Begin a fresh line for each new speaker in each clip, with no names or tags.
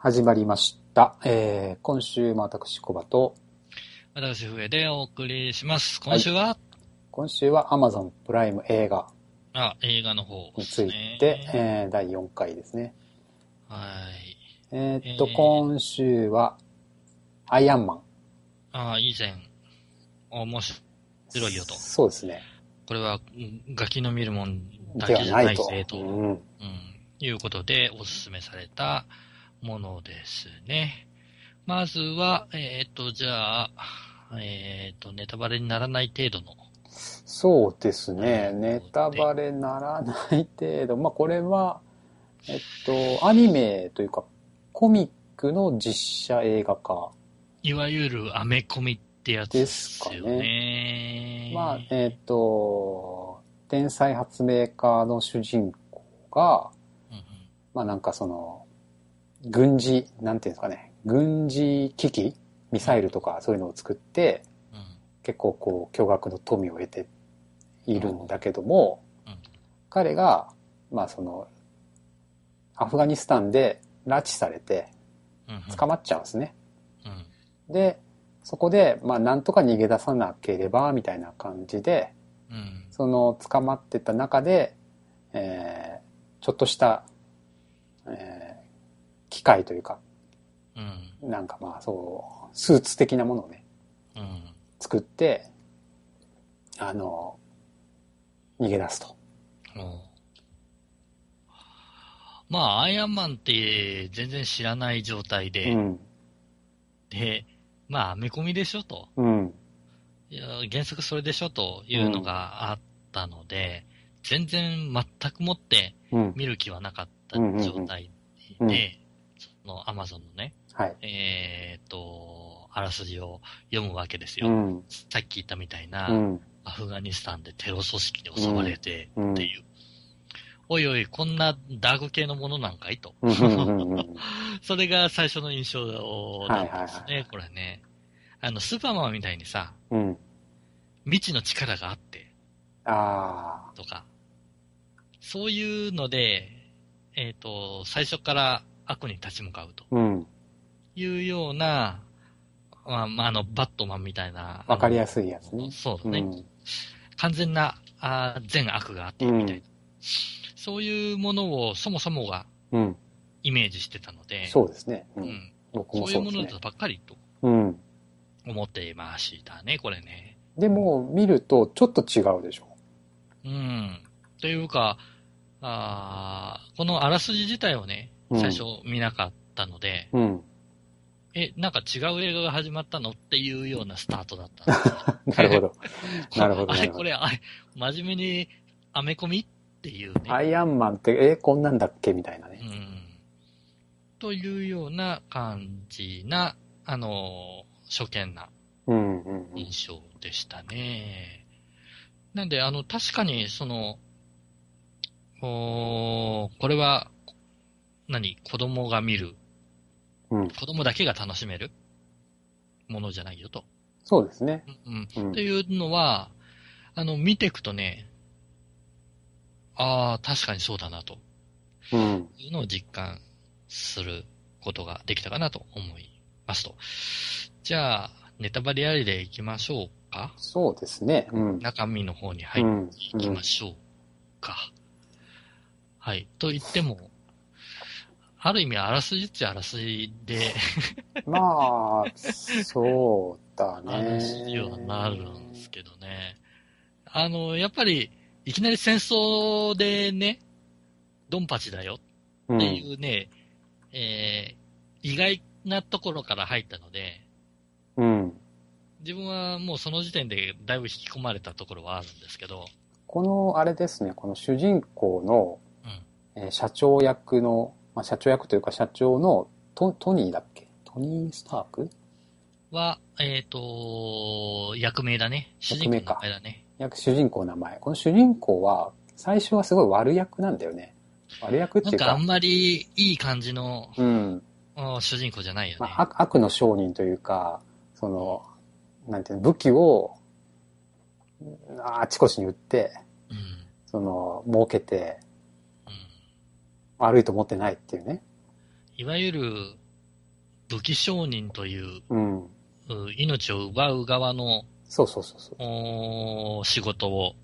始まりました。えー、今週も私、コバと、
私、笛でお送りします。今週は、
今週は Amazon プライム映画
あ、映画の方で
に
す
つい
ね。
て、えー第4回ですね。
はい。
えーっと、
えー
今週は、アイアンマン。
あ以前、面白いよと。
そうですね。
これは、うんガキの見るもんだ
で
け
は
じゃ
な
ないい
と。
ぜと、うん
うん。
いうことでお勧めされたものですね。まずは、えーっと、じゃあ、えーっと、ネタバレにならない程度の。
そうですね。ネタバレならない程度。まあ、これは、えっと、アニメというか、コミックの実写映画化。
いわゆるアメコミってやつですよね。
まあ、えっと、天才発明家の主人公が、
うんうん
まあなんかその、軍事、なんていうんですかね、軍事機器、ミサイルとかそういうのを作って、
うん
結構こう、巨額の富を得ているんだけども、
うん
彼が、まあその、アフガニスタンで拉致されて
うんうん
捕まっちゃうんですね。
うん
で、そこで、まあなんとか逃げ出さなければ、みたいな感じで、
うん
その捕まってた中で、えーちょっとした、えー機械というか、
うん
なんかまあそう、スーツ的なものをね、
うん
作って、あの、逃げ出すと。
おうまあ、アイアンマンって全然知らない状態で、
うん。
で、まあ、アメコミでしょと、
うん。
いや原則それでしょというのがあったので、全然全くもって
うん。
見る気はなかった
うんうんうん
状態
う
で、
ん
そのアマゾンのね、
はい。
えーっと、あらすじを読むわけですよ。
うん。
さっき言ったみたいな、
うん。
アフガニスタンでテロ組織に襲われて
うん
っていう。おいおい、こんなダーク系のものなんかいと。
うんうんうん
それが最初の印象だったんですね、
はいはい
これね。あの、スーパーマンみたいにさ、
うん。
未知の力があって、
あ
とか、そういうので、えっ、と、最初から悪に立ち向かうと
ー。うん。
いうような、まあ、まあ、あの、バットマンみたいな。
わかりや
す
すいやつね。
そう
う
だね。
ん。
完全なあー善悪があってみたいな、そういうものをそもそもが
うん。
イメージしてたので、
そうですね。う。
うんん
僕
そ
も
ういう
そうで
も
す
の
ね
だ。ばっかりと
うん。
思っていましたね、これね。
でも、見るとちょっと違うでしょ。
うん。というか、あーこのあらすじ自体をね、
うん
最初見なかったので、
うん。
え、なんか違う映画が始まったのっていうようなスタートだったんで
な
すよ
るほど。 なるほど。
あ
な
れ
るほど
これ、あれ、真面目にアメコミっていうね。
アイアンマンって、えーこんなんだっけみたいな
う
ね。
んというような感じな、あの、初見な
うん、うん、うん。
印象でしたね。なんで、あの、確かに、その、おーこれは、何子供が見る。
うん
子供だけが楽しめるものじゃないよと。
そうですね。
うん。
うん
と。いうのは、あの、見ていくとね、ああ、確かにそうだなと。
うん。
いうのを実感することができたかなと思いますと。じゃあ、ネタバレありでいきましょうか
そうですね。うん。
中身の方に
う
入って
ん。
いきましょうか。はい。と言っても、ある意味、あらすじっちゃあらすじで、
うんまあ、そうだね。
あらすじはなるんですけどね。あの、やっぱり、いきなり戦争でね、ドンパチだよ
う
って
ん。
いうね、えー意外なところから入ったので、
うん。
自分はもうその時点でだいぶ引き込まれたところはあるんですけど、
この、あれですね、この主人公の
うん、
えー社長役の、まあ、社長役というか社長のトトニーだっけトニー・スターク
は、えっ、と、役名だね。主人公の
役名か
名前だね。
役主人公の名前。この主人公は、最初はすごい悪役なんだよね。悪役って
ないん
う
かあ
か、
んまりいい感じの
うん。
あー主人公じゃないよ
ま
ね。
あ、悪悪の商人というか、その、なんていうの、武器を、うんあちこちに売って、
うん。うん。
その、儲けて、悪いと思ってないっていうね。
いわゆる、武器商人という、
うん。
う命を奪う側の、
そうそうそうそう。
おー仕事を、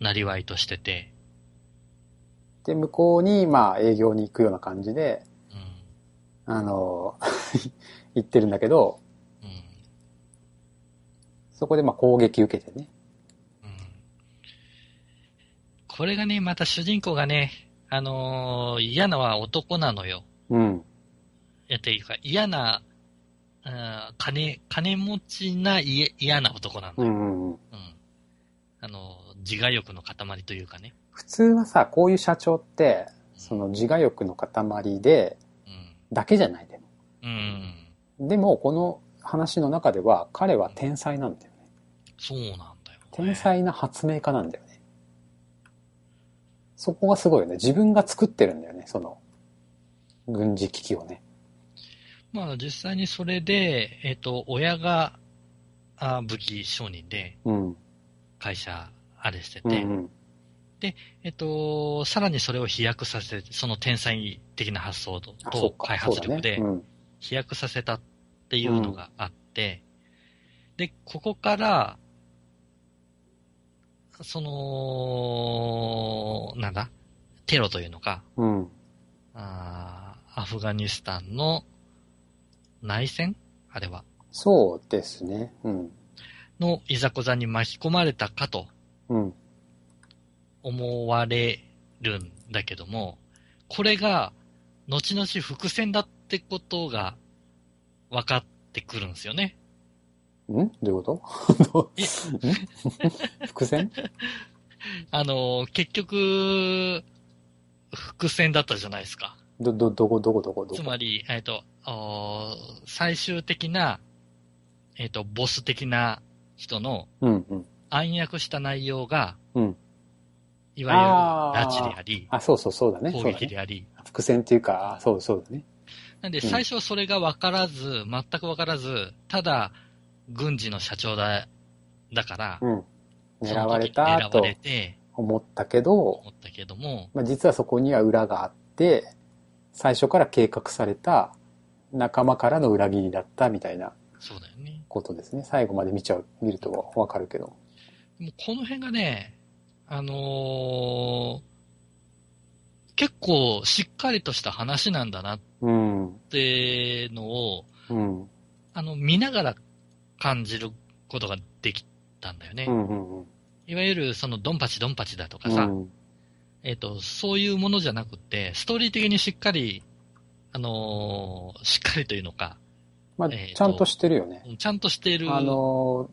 なりわいとしてて、
で、向こうに、まあ、営業に行くような感じで、
うん。
あの、 行ってるんだけど、
うん。
そこでまあ攻撃受けてね。
うんこれがね、また主人公がね、あのー嫌なは男なのよ。
うん。
えっていうか、嫌な、うん金、金持ちな家嫌な男なの
う
よ。
んうんうん。
うん。あのー自我欲の塊というかね。
普通はさ、こういう社長って、その自我欲の塊で、
うん。
だけじゃないで
うん。
も。でも、この話の中では、彼は天才なんだよね。
そうなんだよ、ね。
天才な発明家なんだよね。そこがすごいよね。自分が作ってるんだよね、その、軍事機器をね。
まあ実際にそれで、えっ、と、親が、あ武器商人で
うん。
会社あれしてて、
うんうん。
えっと、さらにそれを飛躍させ、その天才的な発想と
あ、そ
と
うか。
開発力
そうだ
で
ね。うん。
飛躍させたっていうのがあって、で、ここから、その、なんだ、テロというのか、
うん。
あーアフガニスタンの内戦あれは、
そうですね。うん。
のいざこざに巻き込まれたかと
うん。
思われるんだけども、これが、後々伏線だってことが分かってくるんですよね。
んどういうこと
え
ん伏線
あのー、結局、伏線だったじゃないですか。
ど、ど、どこ、どこ、どこ、ど
つ
こ。
まり、えっと、おー最終的な、えっと、ボス的な人の
うん、うん。
暗躍した内容が、
うん
いわ
あ
ゆ
ー
る拉致であり、
あ、そうそう、そうだね。
攻
そうだ
撃
ね。
であり、
伏線っていうか、あそうそうだね。
なんで、
うん
最初はそれが分からず、全く分からず、ただ、軍事の社長だ、だから、
うん。
そ
狙
の時
われた
狙わ
と
れて、
思ったけど、
思ったけども、
まあ、実はそこには裏があって、最初から計画された仲間からの裏切りだったみたいな
そうだよね。
ことですね。最後まで見ちゃう、見るとわかるけど。
もうこの辺がね、あのー結構しっかりとした話なんだなっ
うん。
てのを、
うん。
あの、見ながら感じることができたんだよね。
うん。うん。うん
いわゆる、その、ドンパチドンパチだとかさ、
うん
えっ、と、そういうものじゃなくて、ストーリー的にしっかり、あのーしっかりというのか、
まあ、
えーと
ちゃんとしてるよね。
ちゃんとしている、
あの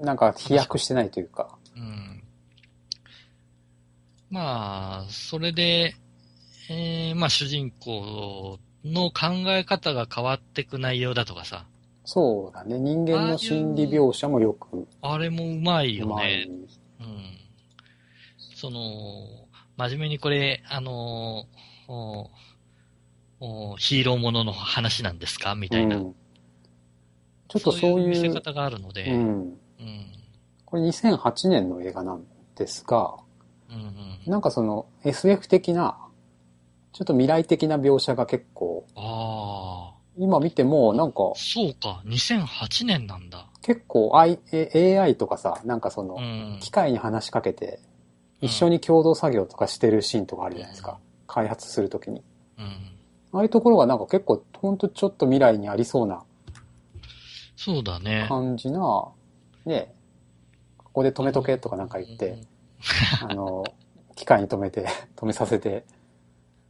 ー、なんか飛躍してないというか。
うん、まあ、それで、えーまあ、主人公の考え方が変わってく内容だとかさ、
そうだね。人間の心理描写もよく、
あれもうまいよ
まあ
ね。うん。その、真面目にこれ、あのーおおヒーローものの話なんですかみたいな。
うんちょっとそういう
見せ方があるので、
うん。
うん
これ2008年の映画なんですが、
うんうん。
なんかその SF 的な、ちょっと未来的な描写が結構、
あ
今見てもなんか
あ、そうか、2008年なんだ。
結構 I- A- AI とかさ、なんかそうの
ん。
機械に話しかけて一緒に共同作業とかしてるシーンとかあるじゃないですか。開発するときに。
うん。
ああいうところがなんか結構ほんとちょっと未来にありそうな
そうだね。
感じな、ね、ここで止めとけとかなんか言って、あの、機械に止めて、 止めさせて、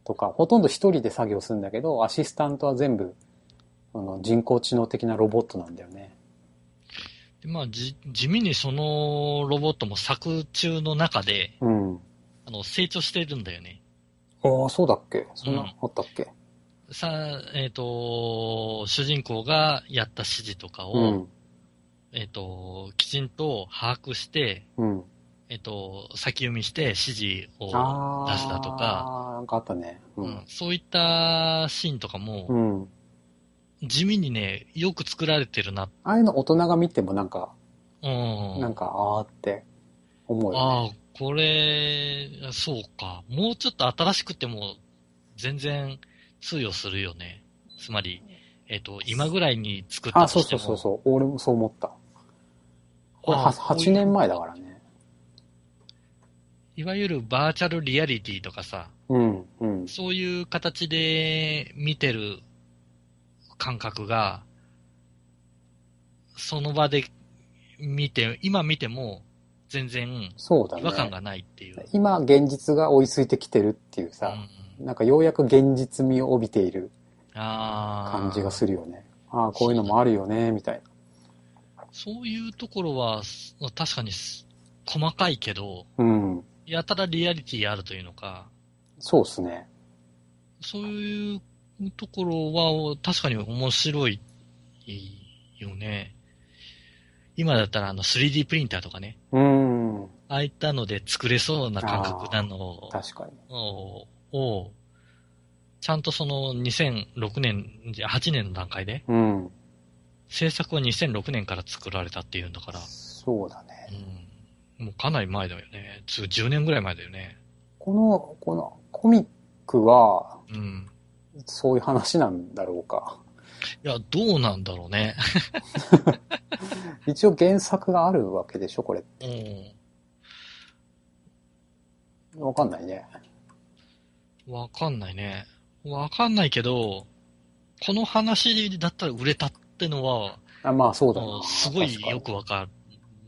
とか、ほとんど一人で作業するんだけど、アシスタントは全部、あの人工知能的なロボットなんだよね。
でまあ、じ、地味にそのロボットも作中の中で、
うん。
あの、成長してるんだよね。
ああ、そうだっけそん
うん
な、あったっけ
さ、えっ、と、主人公がやった指示とかを、
うん。
えっ、と、きちんと把握して、
うん。
えっ、と、先読みして指示を
ああ。
出したとか、
なんかあったね。う
うん
ん。
そういったシーンとかも、
うん。
地味にね、よく作られてるな。
ああいうの大人が見てもなんか、
うん。
なんか、ああって思うよ
あ
ね。
あ、これ、そうか。もうちょっと新しくても、全然通用するよね。つまり、えっ、と、今ぐらいに作っ
あ、
たと
そう
して
そう
も。
そうそう。俺もそう思った。これは
あこういう
8年前だからね。
いわゆるバーチャルリアリティとかさ、
うん、うん。
そういう形で見てる感覚が、その場で見て、今見ても全然
そうだ
違和感
ね。
がないっていう。
今、現実が追いついてきてるっていうさ、
うん
なんかようやく現実味を帯びている
あー
感じがするよね。ああー、こういうのもあるよね、みたい
そういうところは、す確かにす細かいけど、
な。うん。
やたらリアリティあるというのか、
そうっすね。
そういうところは確かに面白いよね。今だったらあの 3D プリンターとかね、
うん。
ああいったので作れそうな感覚なのを、
確かに。
をちゃんとその2006年、じゃ8年の段階で、
うん。
制作は2006年から作られたっていうんだから、
そうだね。
うん、もうかなり前だよね。つ10年ぐらい前だよね。
この、このコミックは、
うん。
そういう話なんだろうか。
いや、どうなんだろうね。
一応原作があるわけでしょ、これ。
う
わかんないね。
ん。わかんないね。わかんないけど、この話だったら売れたってのは、
あまあ、そうだ
も
な。
うすごい
確かに
よくわか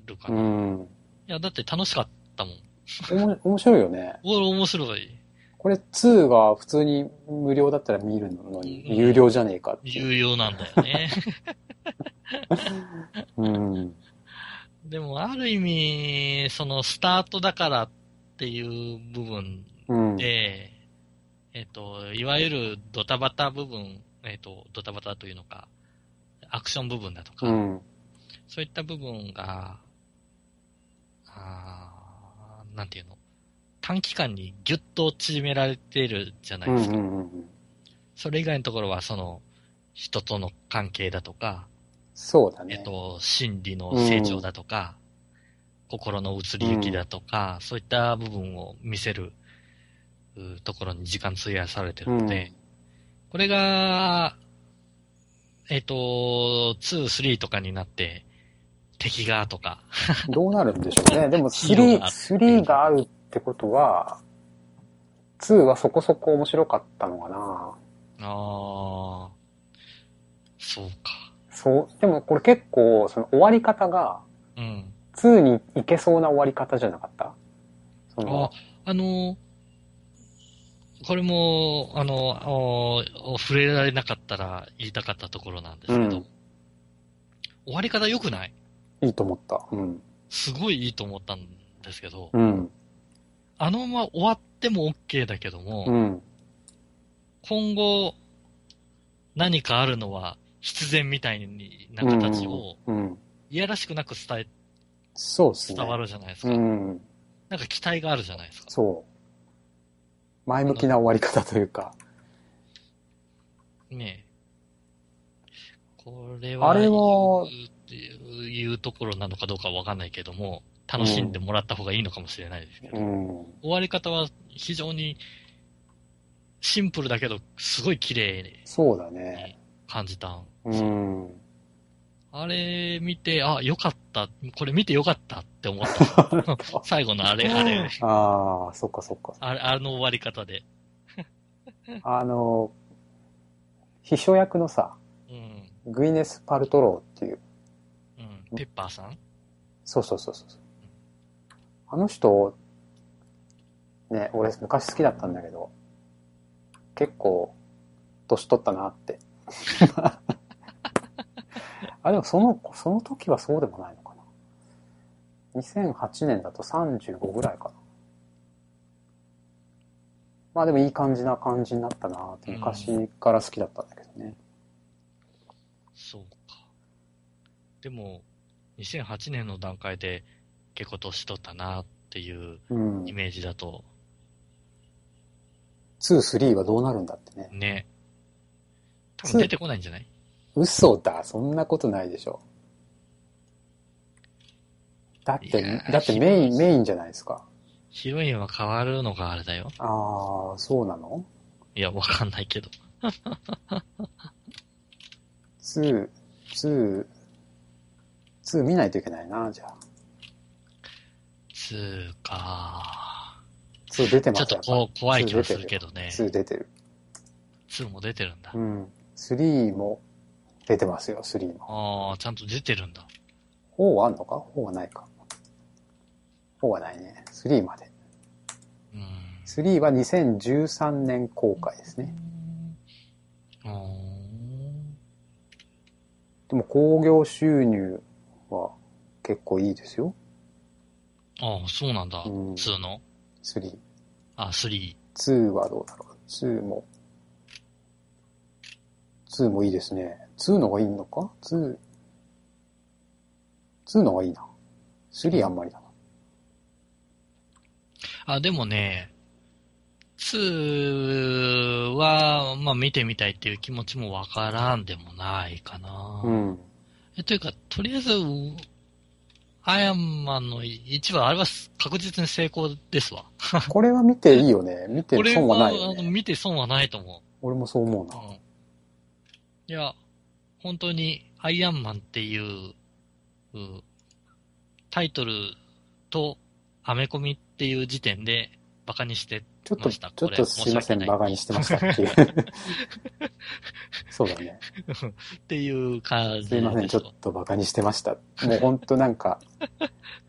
るか
う
ら。い
ん。
や、だって楽しかったもん。
おも面白いよね。
俺面白い。
これ2が普通に無料だったら見るの
うん
に、有料じゃねえかっていう。
有用なんだよね。
うん。
でも、ある意味、その、スタートだからっていう部分
うん。
で、えっ、と、いわゆるドタバタ部分、えっ、と、ドタバタというのか、アクション部分だとか、
うん。
そういった部分が、あーなんていうの、短期間にギュッと縮められてるじゃな
う
い
んう
です
ん
か。
うん。
それ以外のところは、その、人との関係だとか、
そうだ
えっ
ね。
と、心理の成長だとか、心の移り行きだとか、そういった部分を見せるうところに時間費やされてるので、これが、えっ、と、2、3とかになって、敵がとか、
どうなるんでしょうね。でも
ヒーロー
3、
が
3があるってことは、2はそこそこ面白かったのかな。
あー、そうか。
そう、でもこれ結構、その終わり方が、
うん。
2に行けそうな終わり方じゃなかったそ
あ
の、
あのこれも、あのお触れられなかったら言いたかったところなんですけど、
うん
終わり方良くない
いいと思った。うん。
すごいいいと思ったんですけど、
うん。
あのまま終わっても OK だけども、
うん。
今後、何かあるのは必然みたいな形を、
うん。
いやらしくなく伝え、
そうですね。
伝わるじゃないです
う
か。
ん。
なんか期待があるじゃないですか。
そう。前向きな終わり方というか。
ねえ。これは、
あれは
言うっていういうところなのかどうかわかんないけども、楽しんでもらった方がいいのかもしれないですけど、
うん。
終わり方は非常にシンプルだけど、すごい綺麗に
そうだね。
感じた。
うん。
あれ見て、あ、よかった。これ見てよかったって 思った。最後のあれ、あれ、
ああ、そっかそっか。
あれ、あの終わり方で。
あの、秘書役のさ、
うん。
グイネス・パルトローっていう、
うん。ペッパーさん
そうそうそうそう。あの人、ね、俺昔好きだったんだけど、結構、年取ったなって。 あ、でもその、その時はそうでもないのかな。2008年だと35ぐらいかな。まあでもいい感じな感じになったなって、昔から好きだったんだけどね。
そうか。でも、2008年の段階で結構年取ったなっていう
うん。
イメージだと、
2、3はどうなるんだってね。
ね。多分出てこないんじゃない
嘘だ、そんなことないでしょ。だっ
いや
て、
ー
だってメイン、メインじゃないですか。
ヒロインは変わるのがあれだよ。
ああ、そうなの
いや、わかんないけど。
2、2、2見ないといけないな、じゃあ。
2か。
2出てま
ち
す
ょっと
やぱ
こう怖い気はするけ
ど。
どね。
2出てる。
2も出てるんだ。
うん。3も出てますよ、3も。
ああ、ちゃんと出てるんだ。
4はあんのか ?4 はないか。4はないね。3まで。
うん。
3は2013年公開ですね。
うーん。
でも興行収入は結構いいですよ。
ああ、そうなんだ。
うん
2の
3。
あ、3。
2はどうだろう。2も。2もいいですね。2の方がいいのか ?2。2の方がいいな。3あんまりだな。
あ、でもね、2は、まあ見てみたいっていう気持ちもわからんでもないかな。
うん。
えというか、とりあえず、うアイアンマンの1は、あれは確実に成功ですわ。
これは見ていいよね。見て
これ
損はない
あ
よ
の、
ね。
見て損はないと思
俺もそう思う
う。う
な。
ん。いや、本当に、アイアンマンっていう、うタイトルと、アメコミっていう時点で、バカにして、
ちょっと、
まし
ち
た
ょっ
これ
とすいません、
申し訳ない
バカにしてましたっていう。 そうだね。
っていう感じ
すいません、
で
ち
し
ょっ
ょ。
とバカにしてました。もうほんとなんか、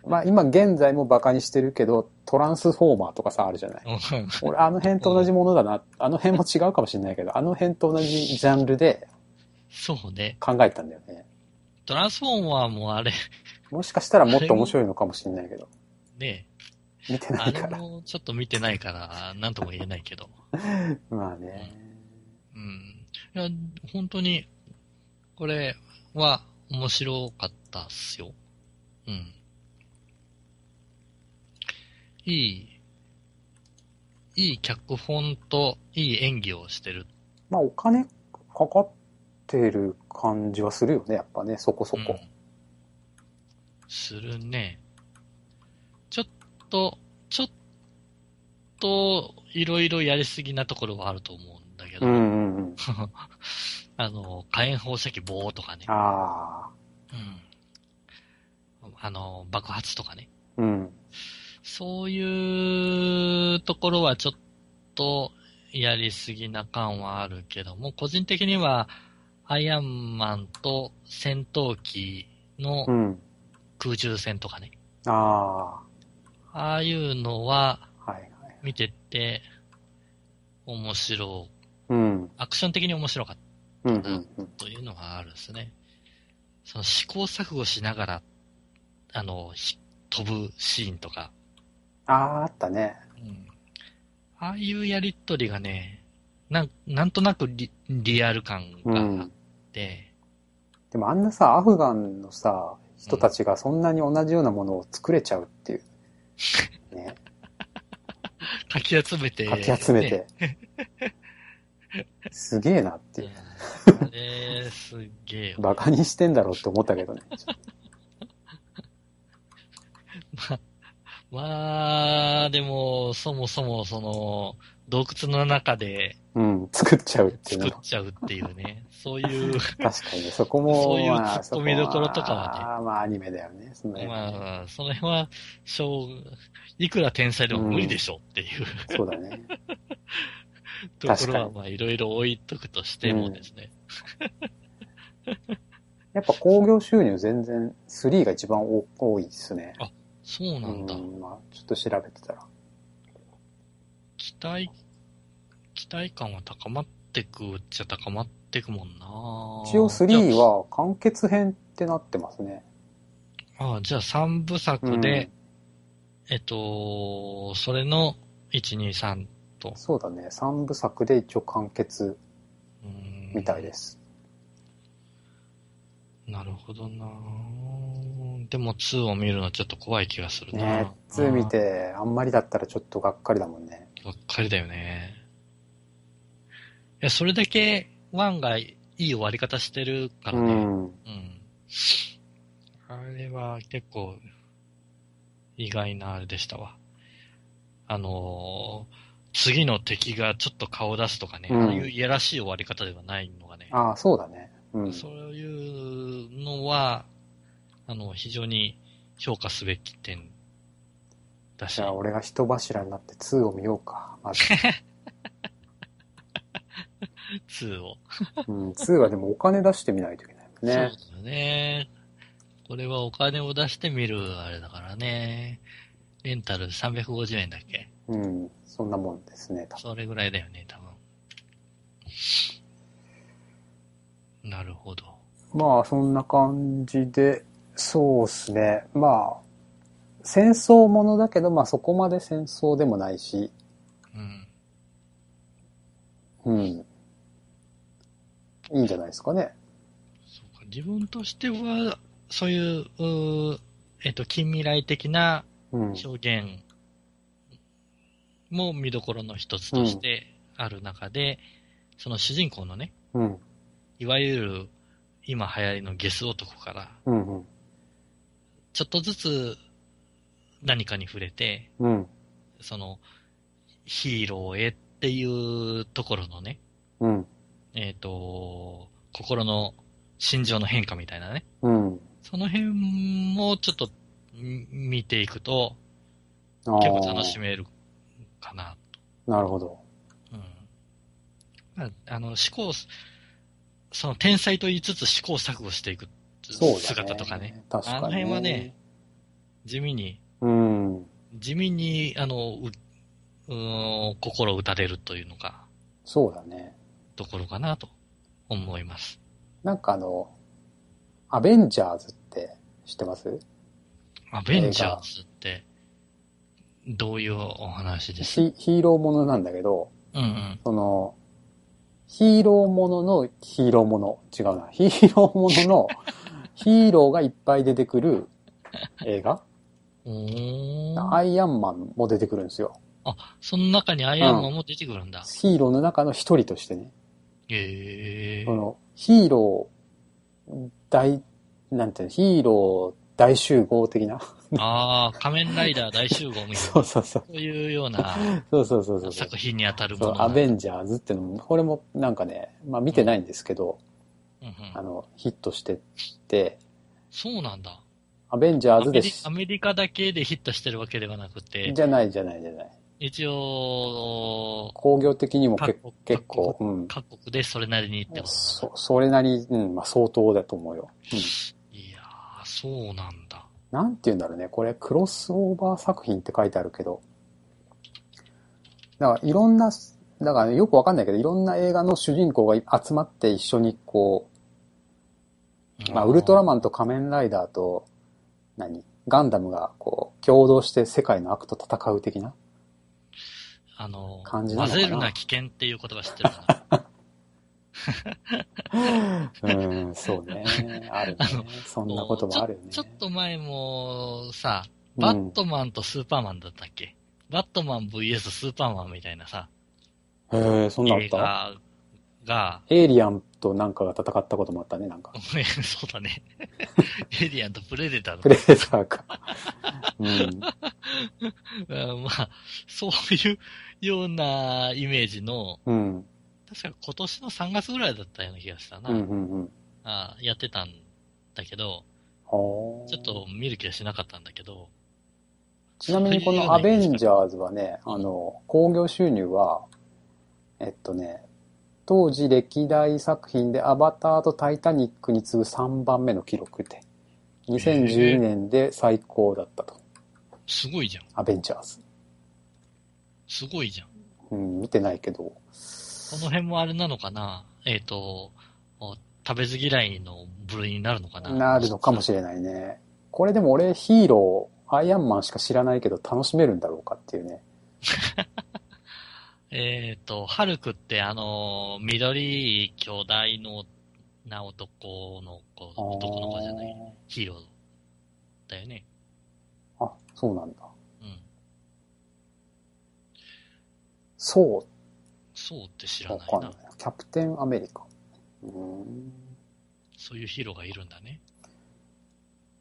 まあ今現在もバカにしてるけど、トランスフォーマーとかさ、あるじゃない。
うん
俺、あの辺と同じものだな。あの辺も違うかもしれないけど、あの辺と同じジャンルで
そうね。
考えたんだよね。
トランスフォーマーもあれ、
もしかしたらもっと面白いのかもしれないけど、
ね、
見てな
あ
い
れ
から。
もちょっと見てないから、なんとも言えないけど。
まあね。
うん。いや、本当に、これは面白かったっすよ。うん。いい、いい脚本といい演技をしてる。
まあお金かかってる感じはするよね、やっぱね、そこそこ。
うんするね。ちょっと、ちょっと、いろいろやりすぎなところはあると思うんだけど、
うんうんうん。
あの、火炎放石棒とかね。
ああ。
うん。あの、爆発とかね。
うん。
そういうところはちょっとやりすぎな感はあるけども、個人的にはアイアンマンと戦闘機の
うん。
空中戦とかね。
ああ。
ああいうのは
はいはい。
見てて面白い、
うん。
アクション的に面白かっ
うんうんうん。
たというのがあるんですね。その試行錯誤しながら、あの、ひ飛ぶシーンとか、
ああ、あったね。
うんああいうやりとりがね、なんなんとなくリリアル感
う
があっ
ん。
て、
でもあんなさ、アフガンのさ、人たちがそんなに同じようなものを作れちゃうっていう。ね。
かき集めて。
かき集め て。すげえなってい
ね
う。
うんあれ、すっげえよ。
バカにしてんだろうって思ったけどね。
まあ、でも、そもそも、その、洞窟の中で
うん。作っちゃうっていう
作
の
っ。ちゃうっていうね、そういう、
確 かにね、そこも、
そういう
まあ
ツッコミどころとかはね
そこはまあ、アニメだよね。その辺はね
まあ、その辺は、しょう、いくら天才でも無理でしょっていう、
そうだね。
とこ
確
ろ
か
は、
に
まあ、いろいろ置いとくとしてもですね。
やっぱ興行収入全然3が一番多多いですね。
そうなんだ。
うん、まあ、ちょっと調べてたら。
期待、期待感は高まってくっちゃ高まってくもんな
一応
じ
3
ゃ
は完結編ってなってますね。
ああ、じゃあ3部
う
作
ん、
で、えっと、それの、1、2、3
そうだね。3部作で一応完結
うーん
みたいで。す。
なるほどなでも2を見るのちょっと怖い気がするな
ね2見。て、あんまりだったらちょっとがっかりだもんね。
ばっかりだよね。いや、それだけ1がいい終わり方してるから
う
ね。
ん。
うん。あれは結構意外なあれでしたわ。あのー次の敵がちょっと顔出すとかね、
うん
ああいういやらしい終わり方ではないのがね、
ああ、そうだね。うん。
そういうのは、あの、非常に評価すべき点だし
じゃ、あ俺が人柱になって2を見ようか、まず。
2を。
うん、2はでもお金出してみないといけないもんね。
そうだよね。これはお金を出して見るあれだからね。レンタル350円だっけ
うん、そんなもんですね、多分
それぐらいだよね、多分。なるほど。
まあ、そんな感じで、そうですね。まあ、戦争ものだけど、まあそこまで戦争でもないし、
うん。
うん。いいんじゃないですかね。
そうか。自分としては、そういう、うーえっ、と、近未来的な
うん。
表現も見どころの一つとしてある中で、その主人公のね、
うん。
いわゆる今流行りのゲス男から、
うん。うん
ちょっとずつ何かに触れて、
うん。
そのヒーローへっていうところのね、
うん。
えっ、と、心の心情の変化みたいなね、
うん。
その辺もちょっとん見ていくと
結
結構楽しめるかな。
なるほど。
うん。まあ、あの、試行、その天才と言いつつ試行錯誤していく
そうだね。
姿とかね、。
確かに、
あの辺はね。地味に
うん。
地味に、あの、う、うーん心打たれるというのが、
そうだね。
ところかなと思います。
なんかあの、アベンジャーズって知ってます
アベンジャーズって、どういうお話です
ヒヒーローものなんだけど、
うんうん。
その、ヒーローもののヒーローもの、違うな、ヒーローものの ヒーローがいっぱい出てくる映画、
おー
アイアンマンも出てくるんですよ。
あ、その中にアイアンマンも出てくるんだ。
ヒーローの中の一人としてね、
へえ
そのヒーロー大、なんていうの、ヒーロー大集合的な。
ああ、仮面ライダー大集合みたいな、
そうそうそう。
そういうような
そうそうそうそう。
作品に当たるも
そう
の。
アベンジャーズってのも、これもなんかね、まあ見てないんですけど、
うんうん
あの、ヒットしてって、
そうなんだ
アベンジャ
ア
ーズで
メリ。
す
ア。メリカだけでヒットしてるわけではなくて、
じゃないじゃないじゃない。
一応、
工業的にもけ
各国
結構、うん。
各国でそれなりにってこと
そ、それなり、うん、まあ相当だと思うよ。うん。
いやー、そうなんだ。
なんて言うんだろうね。これ、クロスオーバー作品って書いてあるけど。だから、いろんな、だから、よくわかんないけど、いろんな映画の主人公が集まって一緒にこう、まあ、ウルトラマンと仮面ライダーと、何ガンダムがこう、共同して世界の悪と戦う的な
あの、
感じなのかな
混ぜるな危険っていう言葉知ってるかな
うん、そうね。 あるね。そんなこともあるよね。
ちょちょっと前もさ、バットマンとスーパーマンだったっけ、バットマン VS スーパーマンみたいなさ、
うん、へえ、そんなのあ
映
った
画が、
エイリアンとなんかが戦ったこともあったね、なんか。
ごめんそうだね。 エイリアンとプレデターの
プレデターか。うん。
うんまあ、そういうようなイメージの、
うん。
確か今年の3月ぐらいだったような気がしたな。
うん、うん、うん。
あやってたんだけど、
はあ
ちょっと見る気はしなかったんだけど。
ちなみにこのアベンジャーズはね、あの、興行収入は、えっとね、当時歴代作品でアバターとタイタニックに次ぐ3番目の記録で、2012年で最高だったと。
すごいじゃん。
アベンジャーズ。
すごいじゃん。
う
こ
ん、見てないけど。
の辺もあれなのかなえっ、と、お食べず嫌いの部類になるのかな
なるのかもしれないね。これでも俺ヒーロー、アイアンマンしか知らないけど楽しめるんだろうかっていうね。
えっ、と、ハルクってあの、緑い巨大のな男の子、男の子じゃない、ヒーローだよね。
あーあ、そうなんだ。
うん。
そ
そうって知
う、
ら
わ
な
か
い
んな。。
ない
キャプテンアメリカ。うーん
そういうヒーローがいるんだね。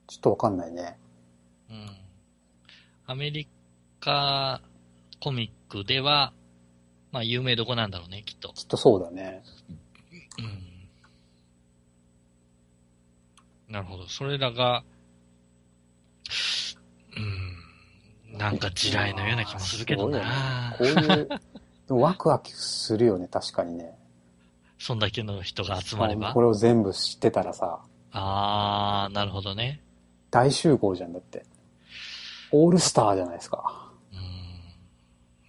ちょっとわかんないね。
うん。アメリカコミックでは、まあ有名どこなんだろうね、きっと。
きっとそうだね。
うん。なるほど。それらが、うん、なんか地雷のような気もするけどな。
いやーすごいよ ねこういう、でもワクワクするよね、確かにね。
そんだけの人が集まれば
こ。れを全部知ってたらさ、
あー、なるほどね。
大集合じゃんだって。オールスターじゃないですか。
うん。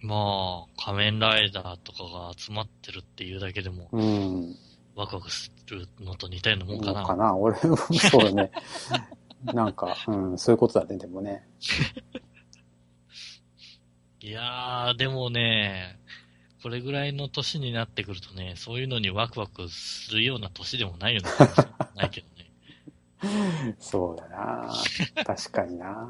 まあ、仮面ライダーとかが集まってるっていうだけでも、
うん。
ワクワクするのと似たようなもんか
の
な。
かな俺、 そうだね。なんか、うん、そういうことだね、でもね。
いやー、でもね、これぐらいの年になってくるとね、そういうのにワクワクするような年でもないような気が するないけどね。
そうだな確かにな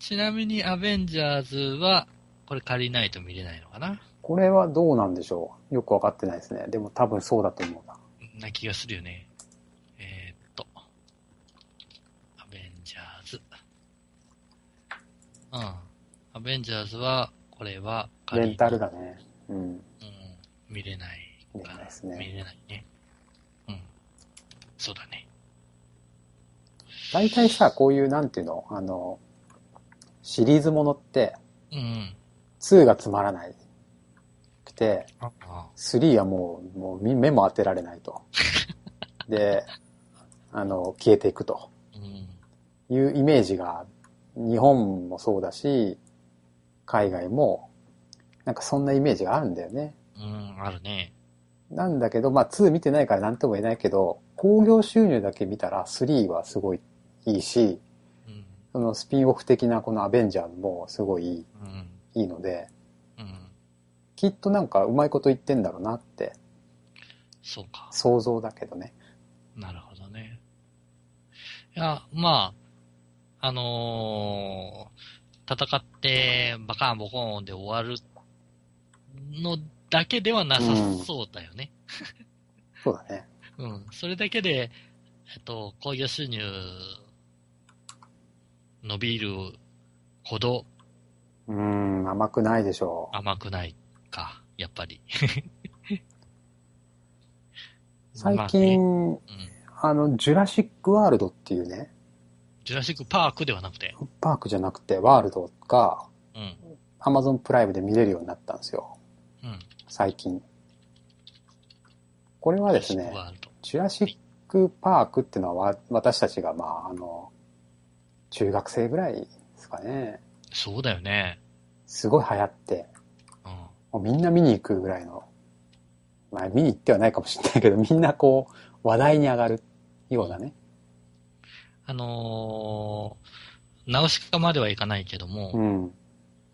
ちなみに、アベンジャーズは、これ借りないと見れないのかな
これはどうなんでしょうよくわかってないですね。でも多分そうだと思うな。
な気がするよね。えーっと、アベンジャーズ。うん。アベンジャーズは、これは借り、
レンタルだね。うん。
うん、見れない
見れ
か
ない
ら
ですね
見れないね。うん。そうだね。
大体さ、こういう、なんていうのあの、シリーズものって、
うんうん。
2がつまらない。くて、
ああ
3はもう、もうみ目も当てられないと。で、あの、消えていくと
うん。
いうイメージが、日本もそうだし、海外も、なんかそんなイメージがあるんだよね。
うん、あるね。
なんだけど、まあ2見てないから何とも言えないけど、興行収入だけ見たら3はすごいいいし、
うん。
そのスピンオフ的なこのアベンジャーズもすごい
うん。
いいので、
うん。
きっとなんかうまいこと言ってんだろうなって、
そうか。
想像だけどね。
なるほどね。いや、まあ、あのー戦ってバカンボコーンで終わるのだけではなさそうだよね。
そうだね。
うん。それだけで、えっと、興行収入伸びるほど
うーん、甘くないでしょ
甘くないか、やっぱり。
う。 最
まあね
近、
うん。
あの、ジュラシックワールドっていうね、
ジュラシックパークではなくて。
パークじゃなくてワールドが
うん。
Amazon プライムで見れるようになったんですよ。
うん。
最近。これはですね、
ワールド
ジュラシック・パークってのはわ私たちが、まあ、あの、中学生ぐらいですかね。
そうだよね。
すごい流行って、
うん。
もうみんな見に行くぐらいの、まあ見に行ってはないかもしれないけど、み んなこう、話題に上がるようなね。
あのー、ナウシカまではいかないけども、
うん。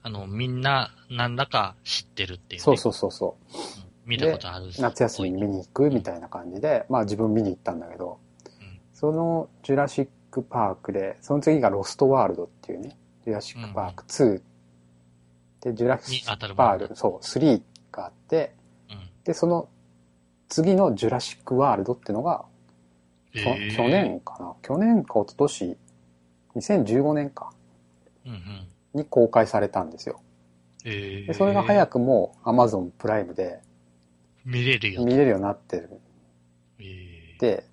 あの、みんな何らか知ってるっていうね、
そうそうそうそ
うん見たことある
う。夏休みに見に行くみたいな感じで、まあ自分見に行ったんだけど
うん、
そのジュラシック・パークで、その次がロスト・ワールドっていうね、ジュラシック・パーク2。で、ジュラシ
に当た
ック・
るも
パ
の
ーク、そう、3があって、
うん
で、その次のジュラシック・ワールドってのが、きょ
へー
去年かな去年か一昨年、2015年か
うんうん。
に公開されたんですよ。
え
でそれが早
く
くもう Amazon プライムで
見れるよ。
見れるようになってる。
えー、
で、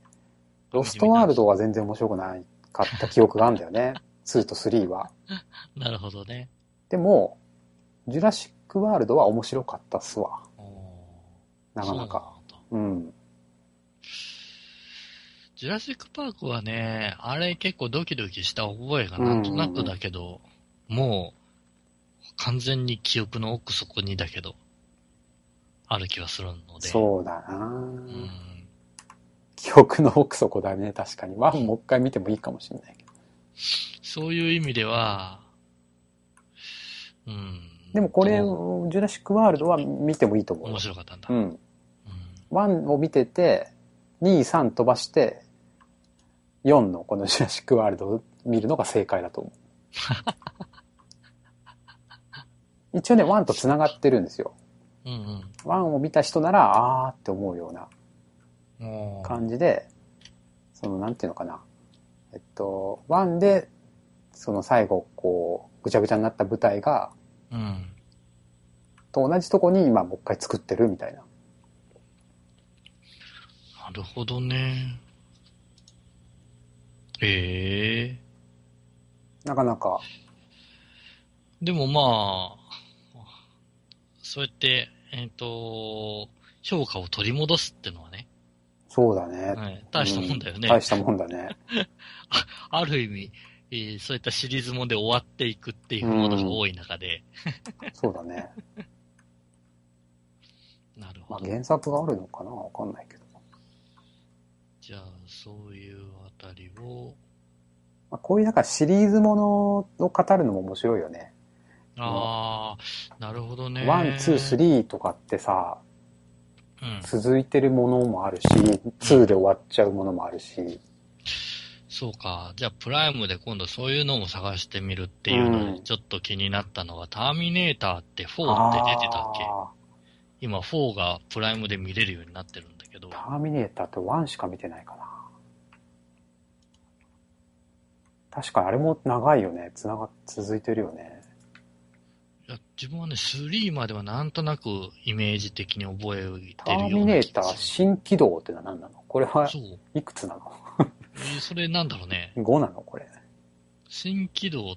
ロストワールドは全然面白くないかった記憶があるんだよね。2と3は。
なるほどね。
でも、ジュラシックワールドは面白かったっすわ。
おー
なかなか。。
そうなんだ
うん。
ジュラシックパークはね、あれ結構ドキドキした覚えがなんとなくだけど、もう、完全に記憶の奥底にだけど、ある気はするので。
そうだな、
う
ぁ
ん。
記憶の奥底だね、確かに。ワンもう一回見てもいいかもしれないけど。
そういう意味では、うん。
でもこれ、ジ
面
ュラシックワールドは見てもいいと思う。
白かったんだ。
う
うん
ん。1を見てて、2、3飛ばして、4のこのジュラシックワールドを見るのが正解だと 思う。一応ね、1と繋がってるんですよ。
うん
1を見た人なら、あーって思うような
うん。おー
感じで、その、なんていうのかな。えっと、1で、その最後、こう、ぐちゃぐちゃになった舞台が、
うん。
と同じとこに今もう一回作ってるみたいな。
なるほどね。へえ。
なかなか。
でもまあ、そうやって、えっ、と、評価を取り戻すってのはね、
そうだね。
はい、大したもんだよ
う
ね。
大したもんだね。
ある意味、えーそういったシリーズもんで終わっていくっていうものが多い中で、
そうだね。
なる
ま
ほ
あ
ど。
原作があるのかなわかんないけど。
じゃあ、そういうあたりを、
まあ、こういうなんかシリーズものを語るのも面白いよね。
ああ、なるほどね。
ワン、ツー、ス
リー。
リーとかってさ、
うん。
続いてるものもあるし、ツーで終わっちゃうものもあるし。
そうか。じゃあ、プライムで今度そういうのも探してみるっていうの
う
で、
ん
ちょっと気になったのが、ターミネーターって4
あ
って出てたっけ
ー
今4がプライムで見れるようになってるんだけど
タ、ーミネーターって1しか見てないかな。確かにあれも長いよね。つなが、続いてるよね。
いや自分はね、3まではなんとなくイメージ的に覚えてるような気が
タ
する
ーミネーター新起動ってのは何なのこれは
そう。
いくつなの
えーそれなんだろうね。
?5 なのこれ。
新起動っ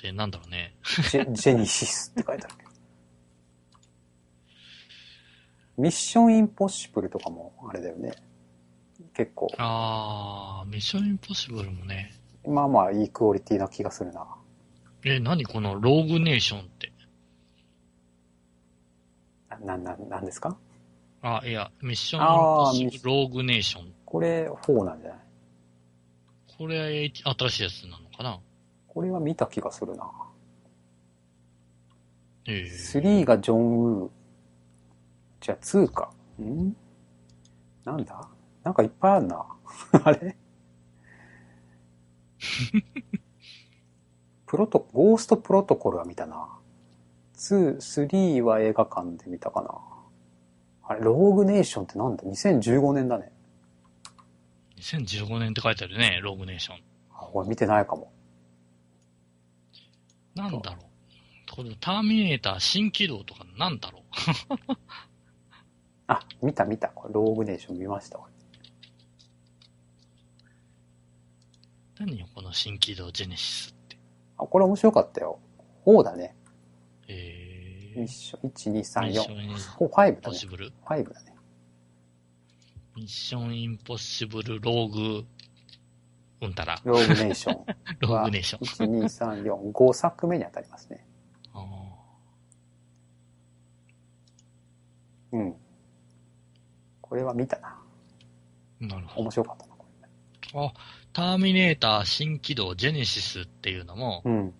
てなんだろうね。
ジェジェニシスって書いてあるけど。ミッションインポッシブルとかもあれだよね。結構、
あー、ミッションインポッシブルもね。
まあまあいいクオリティな気がするな。
え、何このローグネーションって。
な、な、なんですか
あ、いや、ミッションインポ
あ
ッ
ー
シ
ミ
ブ
ッシ
ルローグネーション。
これ4なんじゃない
これ、新しいやつなのかな
これは見た気がするな。
え
3がジョン・ウー。じゃあ2か。んなんだなんかいっぱいあるな。 あ れプロト、ゴーストプロトコルは見たな。2、3は映画館で見たかな。あれ、ローグネーションってなんだ ?2015 年だね。
2015年って書いてあるね、ローグネーション。
あ、俺見てないかも。
なんだろう。このターミネーター新起動とかなんだろう。
あ、見た見た。これローグネーション見ました。俺
何よ、この新起動ジェネシスって。
あ、これ面白かったよ。4だね。
え
ミッ
ー、
ション、1、2、3、
ミッショ
4。
ンイン
お、5だ
ポッ
ね。
シブル。
5だね。
ミッションインポッシブルローグ、うんたら、
ローグネーション。
ローグネーション。
1、2、3、4、5作目に当たりますね。
あ
うん。これは見たな。
ーなるほど
面。白かったな、こ
ターミネーター新起動ジェネシスっていうのも、
れ。うん。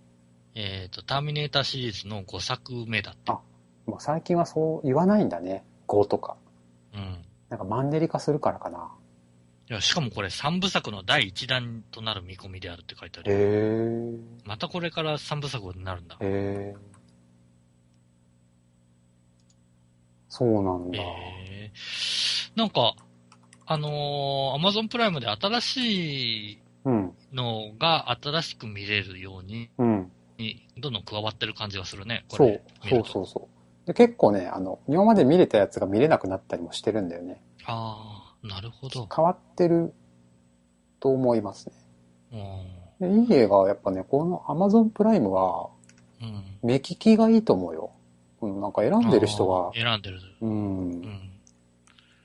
えっ、と、ターミネーターシリーズの5作目だって。
もう最近はそう言わないんだね。5とか。
うん。
なんかマンネリ化するからかな。
いや、しかもこれ3部作の第1弾となる見込みであるって書いてあるよ。
へ
またこれから3部作になるんだ。
え。へえ。そうなんだ。
えー、なんか、あのー、Amazon プライムで新しい
うん。
のが新しく見れるように、
うん。
どんどん加わってる感じがするね。こ
そ
れ。
う。そうそううそう。で、結構ね、あの、今まで見れたやつが見れなくなったりもしてるんだよね。
ああ、なるほど。
変わってると思いますね。
うん。
でいい映画はやっぱね、この Amazon プライムは
うん。
目利きがいいと思うよ。うんなんか選んでる人
あ
が
ー、選んでる。
う、
うんん。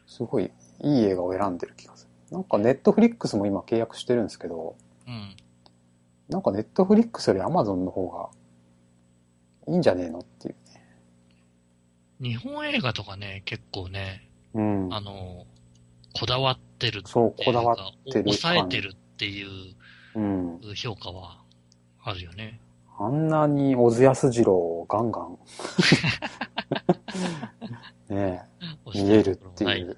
すごいいい映画を選んでる気がする。なんかネットフリックスも今契約してるんですけど、
うん。
なんかネットフリックスより Amazon の方がいいんじゃねえのっていうね。
日本映画とかね、結構ね、
うん。
あの、こだわってるっていうか
そうこだわってる
抑えてるっていう
うん。
評価はあるよね。
あんなに小津安二郎をガンガ ン。ねえ、見えるっていう
ないとうん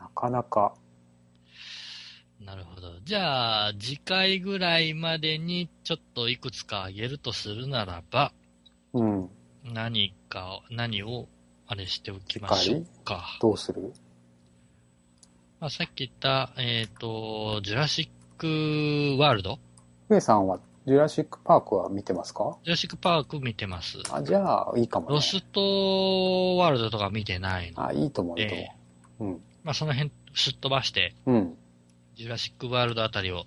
なかなか。
なるほど。じゃあ、次回ぐらいまでにちょっといくつかあげるとするならば、
うん。
何か、何をあれしておきましょうか。
どうする
まあ、さっき言った、えっ、と、ジュラシックワールド
上さんはジュラシックパークは見てますか
ジュラシックパーク見てます。
あ、じゃあいいかもね。
ロストワールドとか見てないの。
あ、いいと思う、いいと
え
思
まあ、その辺すっ飛ばして、
う。うん。
ジュラシックワールドあたりを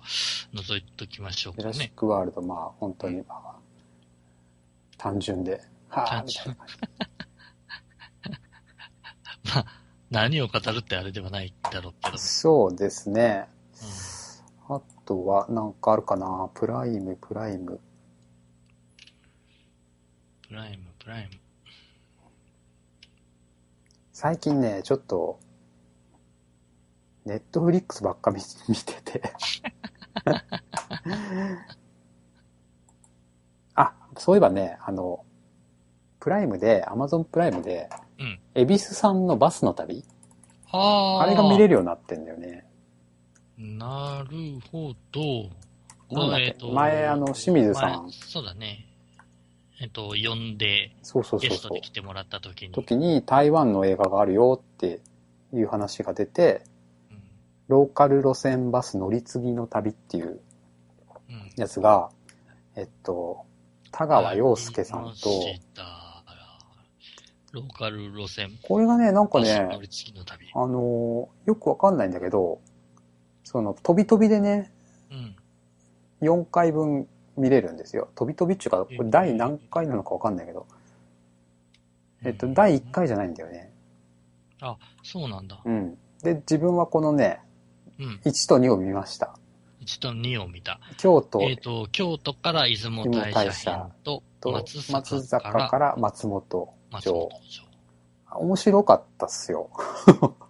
覗いときましょう
ジュ
か
ラシ
ね
ッ。クワールド、まあ、本当に、まあ、単純で、はぁ、
単
みたい
純
な感じ。
まあ、何を語るってあれではないだろうけどね。
そうですね。
うん
あとは、なんかあるかなプライム、プライム。
プライム、プライム。
最近ね、ちょっと、ネットフリックスばっか見見て て。あ、そういえばね、あの、プライムで、アマゾンプライムで
うん、
恵比寿さんのバスの旅、
あ
あれが見れ
る。
るようになってんだよね。
なるほど。
なんだっけ
えーと
前あの清水さん
前そうだね。えっと、呼んで、
そうそう
ゲ
そう
スト
そう
で来。てもらった時に。
時に台湾の映画があるよっていう話が出て、
うん
ローカル路線バス乗り継ぎの旅っていう
うん
やつが、えっと、田川陽介さんと、
見ましたローカル路線。
これがね、なんか
バス乗
ね、
り継ぎの旅。
あのー、よくわかんないんだけど、その、飛び飛びでね、
うん。
4回分見れるんですよ。飛び飛びっていうか、これ第何回なのかわかんないけど、えっと、第1回じゃないんだよね。
そうなんだ。
うん。で、自分はこのね、
うん。
1と2を見ました。
一と二を見た。
京都
えっと、京都から出雲大社編と、
と
松坂
松
か
坂からら松本
松
城
本。城。
面白かったっすよ。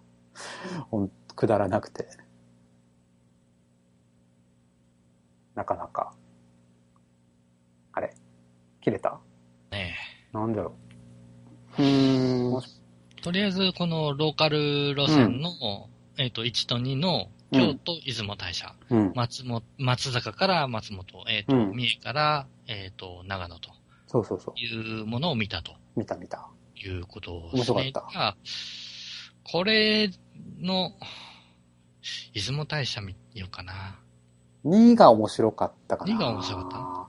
ほんくだらなくて。なかなか。あれ切れた
ね
なんだろう。うーん。もし
えとりあえず、このローカル路線の、えっと、一と二の、京都、出雲大社。
うん。
松本、松坂から松本、えっ、と、
うん
三重から、えっ、と、長野と
そうそうそ
いうものを見たと
う。見た見た。
いうことで
面
す
白か
ね。
った
た。これの、出雲大社見ようかな。
2が面白かったかな。
二が面白か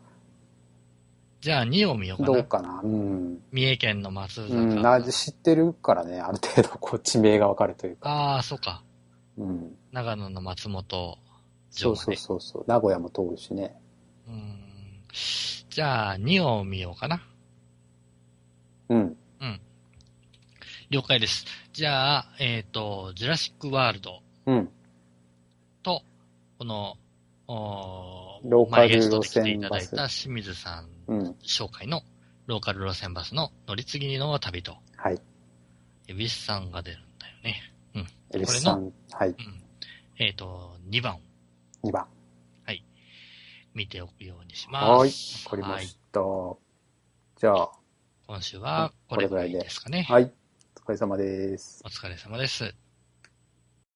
じゃあ2を見ようか
どう
な。
かな。うん。
三重県の松坂。
うん、な知ってるからね、ある程度こう地名がわかるというか。
ああ、そうか。
うん。
長野の松本
そ
城
う
ま
そう
で。
そうそう。名古屋も通るしね。
うんじゃあ2を見ようかな。
うん。
了解です。じゃあ、えっ、と、ジュラシックワールド。
うん。
と、この、お
ローカル
前ゲストで来ていただい
路線
た清水さん
うん。
紹介のローカル路線バスの乗り継ぎの旅と、
はい。
エビスさんが出るんだよね。
エビスさん。はい。
うん。えっ、と、2番を
2番。
見ておくようにします。
はい。わかりました。じゃあ、
今週はこれぐらいですかね。
はい。お疲れ様です。
お疲れ様です。